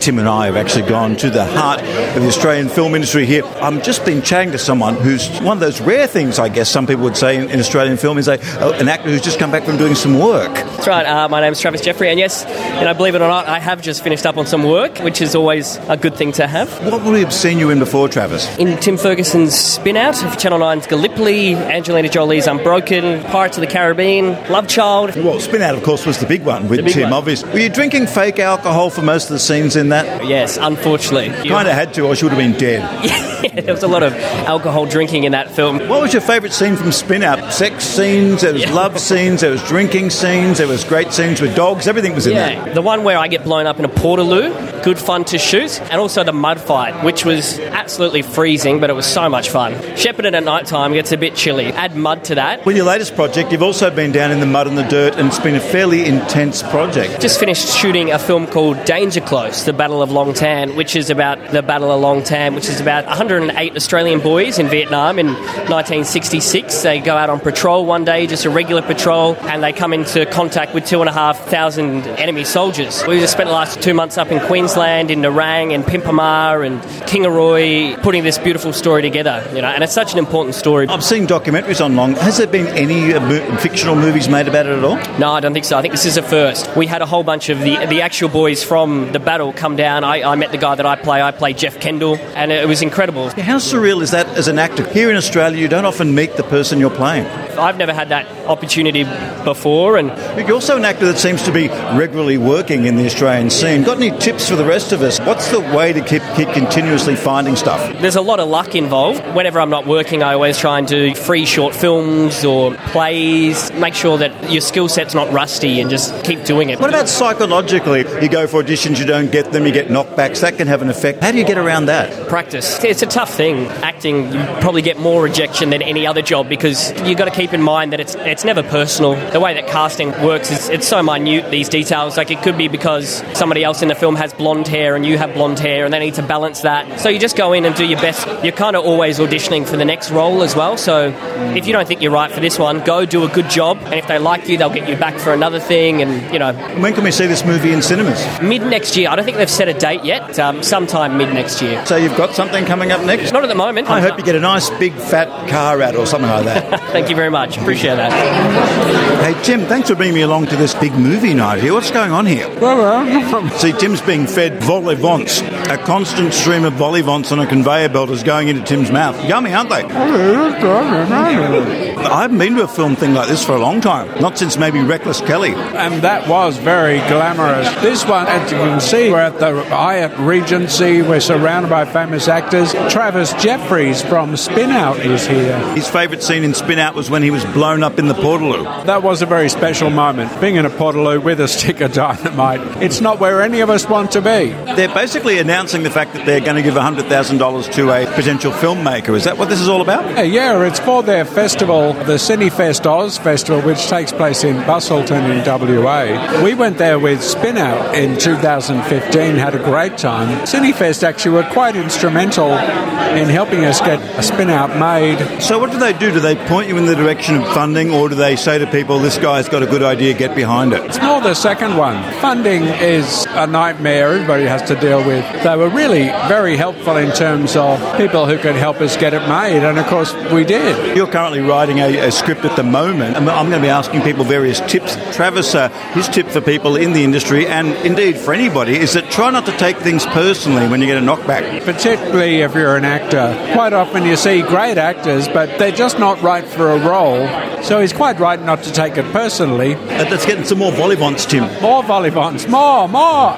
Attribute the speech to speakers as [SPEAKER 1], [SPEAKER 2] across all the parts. [SPEAKER 1] Tim and I have actually gone to the heart of the Australian film industry here. I'm just been chatting to someone who's one of those rare things, I guess, some people would say in, in Australian film is a, an actor who's just come back from doing some work.
[SPEAKER 2] That's right. Uh, my name is Travis Jeffrey, and yes, you know, believe it or not, I have just finished up on some work, which is always a good thing to have.
[SPEAKER 1] What would we have seen you in before, Travis?
[SPEAKER 2] In Tim Ferguson's Spin Out, Channel 9's Gallipoli, Angelina Jolie's Unbroken, Pirates of the Caribbean, Love Child.
[SPEAKER 1] Well, Spin Out, of course, was the big one with
[SPEAKER 2] The big
[SPEAKER 1] Tim,
[SPEAKER 2] one.
[SPEAKER 1] obviously. Were you drinking fake alcohol for most of the scenes in that?
[SPEAKER 2] Yes, unfortunately.
[SPEAKER 1] Kind of had to, or she would have been dead.
[SPEAKER 2] yeah, there was a lot of alcohol drinking in that film.
[SPEAKER 1] What was your favourite scene from Spin Out? Sex scenes, there was love scenes, there was drinking scenes, there was great scenes with dogs, everything was in there.
[SPEAKER 2] Yeah, the one where I get blown up in a portaloo, good fun to shoot, and also the mud fight, which was absolutely freezing, but it was so much fun. Shepparton at night time gets a bit chilly. Add mud to that. We
[SPEAKER 1] With your latest project, you've also been down in the mud and the dirt, and it's been a fairly intense project.
[SPEAKER 2] just finished shooting a film called Danger Close, The Battle of Long Tan, which is about the Battle of Long Tan, which is about 108 Australian boys in Vietnam in 1966. They go out on patrol one day, just a regular patrol, and they come into contact with two and a half thousand enemy soldiers. We just spent the last two months up in Queensland, in Narang and Pimpamar and Kingaroy, putting this beautiful story together. You know, and it's such an important story.
[SPEAKER 1] I've seen documentaries on Long. Has there been any uh, mo- fictional movies made about it at all?
[SPEAKER 2] No, I don't think so. I think this is a first. We had a whole bunch of the, the actual boys from the battle come down. I, I met the guy that I play. I play Jeff Kendall, and it was incredible.
[SPEAKER 1] How surreal is that as an actor? Here in Australia, you don't often meet the person you're playing.
[SPEAKER 2] I've never had that opportunity before, and
[SPEAKER 1] But You're also an actor that seems to be regularly working in the Australian scene. Got any tips for the rest of us? What's the way to keep, keep continuously finding stuff?
[SPEAKER 2] there's a lot of luck involved. Whenever I'm not working, I always try and do free short films or plays. Make sure that your skill set's not rusty, and just keep doing it.
[SPEAKER 1] What about psychologically? You go for auditions, you don't get them, you get knockbacks. That can have an effect. How do you get around that?
[SPEAKER 2] practice. It's a tough thing. Acting, you probably get more rejection than any other job because you've got to keep in mind that it's it's never personal. The way that casting works is it's so minute these details. Like it could be because somebody else in the film has blonde hair and you have blonde hair, and they need to balance that. So you just go in and do your best. You're kind of always auditioning for the next role as well. So if you don't think you're right for this one, go do a good job, and if they like you, they'll get you back for another thing. And you know,
[SPEAKER 1] When can we see this movie in cinemas?
[SPEAKER 2] mid next year. I don't think they've set a date yet. Um, sometime mid next year.
[SPEAKER 1] So you've got something coming up next?
[SPEAKER 2] Not at the moment.
[SPEAKER 1] I hope you get a nice big fat car out or something like that.
[SPEAKER 2] Thank you very much. Appreciate that.
[SPEAKER 1] hey, Tim, thanks for bringing me along to this big movie night here. What's going on here? See, Tim's being fed vol au vents. A constant stream of vol au vents on a conveyor belt is going into Tim's mouth. Yummy, aren't they? I haven't been to a film thing like this for a long time. Not since maybe Reckless Kelly.
[SPEAKER 3] And that was very glamorous. This one, as you can see, we're at the Hyatt Regency. We're surrounded by famous actors. Travis Jeffries from Spin Out is here.
[SPEAKER 1] His favourite scene in Spin Out was when he was blown up in the Portaloo.
[SPEAKER 3] That was a very special moment, being in a Portaloo with a stick of dynamite. It's not where any of us want to be.
[SPEAKER 1] They're basically announcing the fact that they're going to give $100,000 to a potential filmmaker. Is that what this is all about?
[SPEAKER 3] Uh, Yeah, it's for their festival, the CineFest Oz Festival, which takes place in Bustleton in WA. We went there with Spin Out in 2015, had a great time. CineFest actually were quite instrumental in helping us get a Spin Out made.
[SPEAKER 1] So, what do they do? Do they point you in the direction of funding, or do they say to people, this guy's got a good idea, get behind it?
[SPEAKER 3] It's more the second one. Funding is a nightmare everybody has to deal with. They were really very helpful in terms of people who could help us get it made, and of course we did.
[SPEAKER 1] You're currently writing a, a script at the moment. I'm, I'm going to be asking people various tips. Travis, uh, his tip for people in the industry, and indeed for anybody, is that try not to take things personally when you get a knockback.
[SPEAKER 3] particularly if you're an actor. Quite often you see great actors, but they're just not right for a role. So he's quite right not to take it personally.
[SPEAKER 1] Uh, Let's get some more volivants, Tim.
[SPEAKER 3] More volleybons, more, more.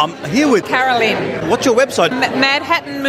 [SPEAKER 1] I'm here with
[SPEAKER 4] Caroline.
[SPEAKER 1] What's your website?
[SPEAKER 4] M-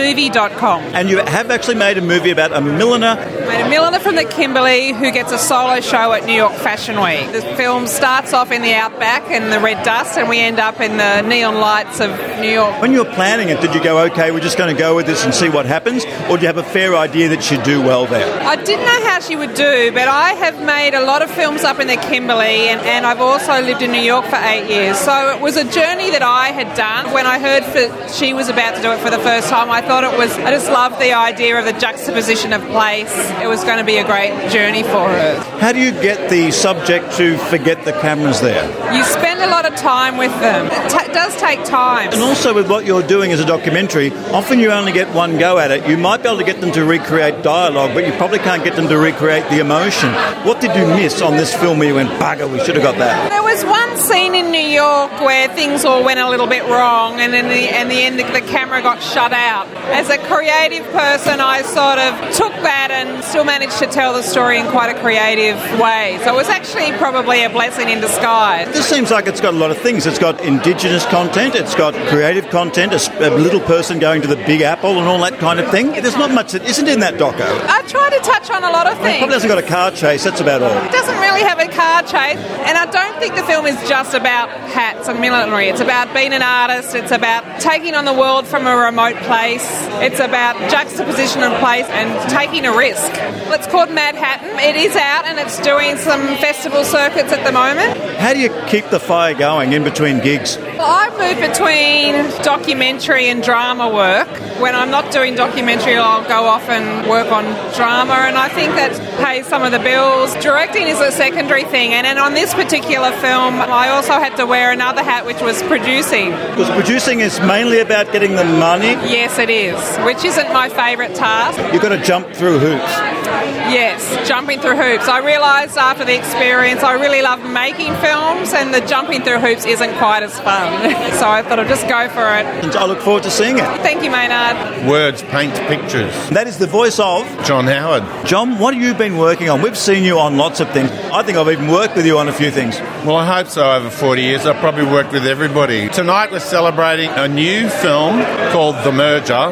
[SPEAKER 4] MadhattanMovie.com.
[SPEAKER 1] And you have actually made a movie about a milliner.
[SPEAKER 4] Made a milliner from the Kimberley who gets a solo show at New York Fashion Week. The film starts off in the outback and the red dust, and we end up in the neon lights of New York.
[SPEAKER 1] When you were planning it, did you go, okay, we're just going to go with this and see what happens? Or do you have a fair idea that she'd do well there?
[SPEAKER 4] I didn't know how she would do, do, but I have made a lot of films up in the Kimberley, and, and I've also lived in New York for eight years. So it was a journey that I had done. When I heard that she was about to do it for the first time, I thought it was, I just loved the idea of the juxtaposition of place. It was going to be a great journey for her.
[SPEAKER 1] How do you get the subject to forget the camera's there?
[SPEAKER 4] You spend a lot of time with them. It ta does take time.
[SPEAKER 1] And also, with what you're doing as a documentary, often you only get one go at it. You might be able to get them to recreate dialogue, but you probably can't get them to recreate the emotion. What did you miss on this film where you went, bugger, we should have got that?
[SPEAKER 4] There was one scene in New York where things all went a little bit wrong, and in the, in the end, the, the camera got shut out. As a creative person, I sort of took that and still managed to tell the story in quite a creative way. So it was actually probably a blessing in disguise.
[SPEAKER 1] This seems like it's got a lot of things. It's got indigenous content, it's got creative content, a, s- a little person going to the Big Apple and all that kind of thing. There's not much that isn't in that doco.
[SPEAKER 4] I try to touch on a lot of
[SPEAKER 1] It
[SPEAKER 4] things.
[SPEAKER 1] probably hasn't got a car chase, that's about all.
[SPEAKER 4] It doesn't really have a car chase, and I don't think the film is just about hats and millinery. It's about being an artist, it's about taking on the world from a remote place, it's about juxtaposition of place and taking a risk. It's called Mad Hatton. It is out and it's doing some festival circuits at the moment.
[SPEAKER 1] How do you keep the fire going in between gigs?
[SPEAKER 4] Well, I move between documentary and drama work. When I'm not doing documentary, I'll go off and work on drama, and I think that pays some of the bills. Directing is a secondary thing, and, and on this particular film, I also had to wear another hat, which was producing.
[SPEAKER 1] Because producing is mainly about getting the money.
[SPEAKER 4] Yes, it is, which isn't my favourite task.
[SPEAKER 1] You've got to jump through hoops.
[SPEAKER 4] Yes, jumping through hoops. I realised after the experience I really love making films, and the jumping through hoops isn't quite as fun. so I thought I'd just go for it.
[SPEAKER 1] And I look forward to seeing it.
[SPEAKER 4] Thank you, Maynard.
[SPEAKER 5] Words paint pictures.
[SPEAKER 1] That is the voice of
[SPEAKER 5] John Howard.
[SPEAKER 1] John. What have you been working on? We've seen you on lots of things. I think I've even worked with you on a few things.
[SPEAKER 5] Well, I hope so. Over 40 years, I've probably worked with everybody. Tonight, we're celebrating a new film called The Merger,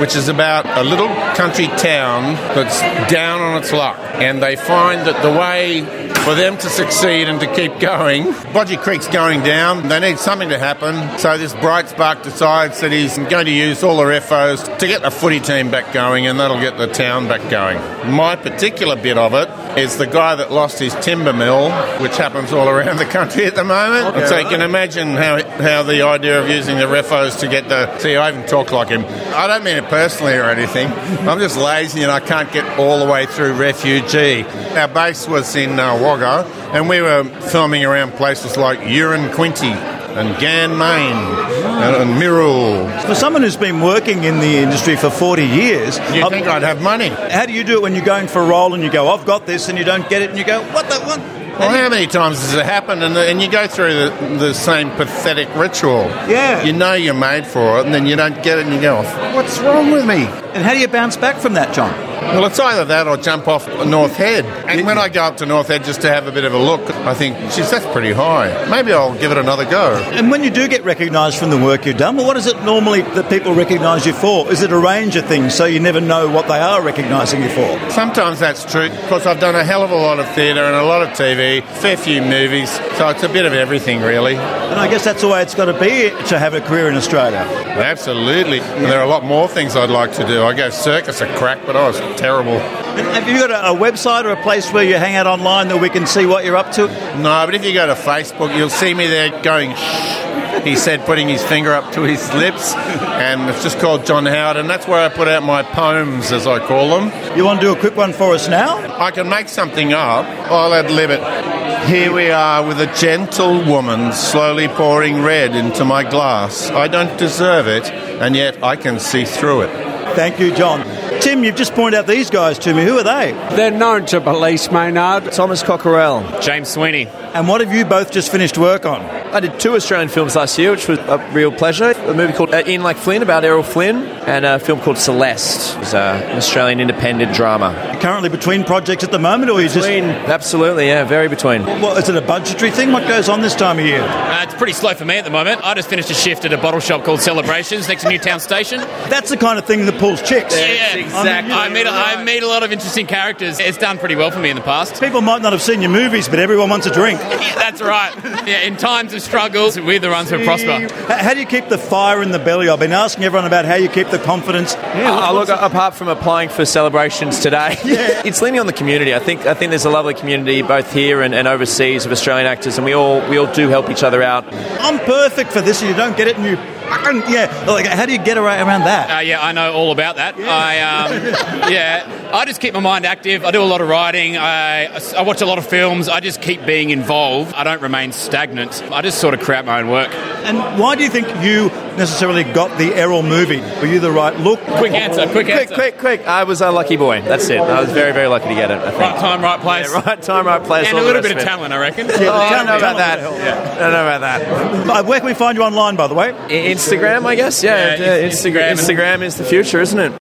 [SPEAKER 5] which is about a little country town that's down on its luck. And they find that the way for them to succeed and to keep going, Bodgy Creek's going down. They need something to happen. So this bright spark decides that he's going to use all their efforts to get the footy team back going, and that'll get the town back going. My particular bit of it is the guy that lost his timber mill, which happens all around the country at the moment. and so you can imagine how, how the idea of using the refos to get the. See, I even talk like him. I don't mean it personally or anything. I'm just lazy and I can't get all the way through refugee. Our base was in uh, Wagga, and we were filming around places like Urine Quinty and Gan, Maine, and, and Mirul.
[SPEAKER 1] For someone who's been working in the industry for 40 years,
[SPEAKER 5] You'd
[SPEAKER 1] I'm-
[SPEAKER 5] think I'd have money.
[SPEAKER 1] how do you do it when you're going for a role and you go, I've got this, and you don't get it, and you go, what the what?
[SPEAKER 5] Well, how many times has it happened? And, and you go through the, the same pathetic ritual.
[SPEAKER 1] Yeah.
[SPEAKER 5] You know you're made for it, and then you don't get it, and you go, "Oh, what's wrong with me?
[SPEAKER 1] And how do you bounce back from that, John?
[SPEAKER 5] Well, it's either that or jump off North Head. And when I go up to North Head just to have a bit of a look, I think, geez, that's pretty high. Maybe I'll give it another go.
[SPEAKER 1] And when you do get recognised from the work you've done, well, what is it normally that people recognise you for? Is it a range of things so you never know what they are recognising you for?
[SPEAKER 5] Sometimes that's true, because I've done a hell of a lot of theatre and a lot of TV, fair few movies, so it's a bit of everything, really.
[SPEAKER 1] And I guess that's the way it's got to be to have a career in Australia.
[SPEAKER 5] Absolutely. And there are a lot more things I'd like to do. I gave circus a crack, but I was terrible.
[SPEAKER 1] And have you got a, a website or a place where you hang out online that we can see what you're up to?
[SPEAKER 5] No, but if you go to Facebook, you'll see me there going, shh. He said, putting his finger up to his lips, and it's just called John Howard, and that's where I put out my poems, as I call them.
[SPEAKER 1] You want to do a quick one for us now?
[SPEAKER 5] I can make something up, I'll ad lib it. Here we are with a gentle woman slowly pouring red into my glass. I don't deserve it, and yet I can see through it.
[SPEAKER 1] Thank you, John. Tim, you've just pointed out these guys to me. Who are they?
[SPEAKER 3] They're known to police, Maynard.
[SPEAKER 6] Thomas Cockerell.
[SPEAKER 7] James Sweeney.
[SPEAKER 1] And what have you both just finished work on?
[SPEAKER 6] I did two Australian films last year, which was a real pleasure. A movie called uh, In Like Flynn about Errol Flynn, and a film called Celeste. It was uh, an Australian independent drama.
[SPEAKER 1] You're currently between projects at the moment, or you just.
[SPEAKER 6] Absolutely, yeah, very between.
[SPEAKER 1] Well, is it a budgetary thing? What goes on this time of year?
[SPEAKER 7] Uh, it's pretty slow for me at the moment. I just finished a shift at a bottle shop called Celebrations next to Newtown Station.
[SPEAKER 1] That's the kind of thing that pulls chicks. exactly
[SPEAKER 7] I meet, a, I meet a lot of interesting characters. It's done pretty well for me in the past.
[SPEAKER 1] People might not have seen your movies, but everyone wants a drink.
[SPEAKER 7] Yeah, that's right. Yeah, in times of who struggle, we're the ones who prosper.
[SPEAKER 1] How do you keep the fire in the belly? I've been asking everyone about how you keep the confidence.
[SPEAKER 6] Uh, look, apart from applying for celebrations today, it's leaning on the community. I think I think there's a lovely community both here and, and overseas of Australian actors, and we all we all do help each other out.
[SPEAKER 1] I'm perfect for this, and you don't get it, and you fucking yeah. Like, how do you get ar- around that?
[SPEAKER 7] Uh, yeah, I know all about that. I um, yeah, I just keep my mind active. I do a lot of writing. I, I watch a lot of films. I just keep being involved. I don't remain stagnant. I just sort of create my own work.
[SPEAKER 1] And why do you think you necessarily got the Errol movie? Were you the right look?
[SPEAKER 7] Quick answer. Quick,
[SPEAKER 6] Quick,
[SPEAKER 7] answer.
[SPEAKER 6] quick, quick! I was a lucky boy. That's it. I was very, very lucky to get it. I think.
[SPEAKER 7] Right time, right place,
[SPEAKER 6] Yeah, right time, right place,
[SPEAKER 7] and
[SPEAKER 6] all
[SPEAKER 7] a
[SPEAKER 6] the
[SPEAKER 7] little
[SPEAKER 6] rest
[SPEAKER 7] bit of
[SPEAKER 6] it.
[SPEAKER 7] talent, I reckon.
[SPEAKER 6] Oh, I don't know about that.
[SPEAKER 1] Talent.
[SPEAKER 6] I don't know about that.
[SPEAKER 1] Uh, Where can we find you online, by the way?
[SPEAKER 6] I- Instagram, I guess. Yeah,
[SPEAKER 7] Yeah,
[SPEAKER 6] yeah, uh,
[SPEAKER 7] it's-
[SPEAKER 6] Instagram.
[SPEAKER 7] Instagram.
[SPEAKER 6] Instagram is the future, isn't it?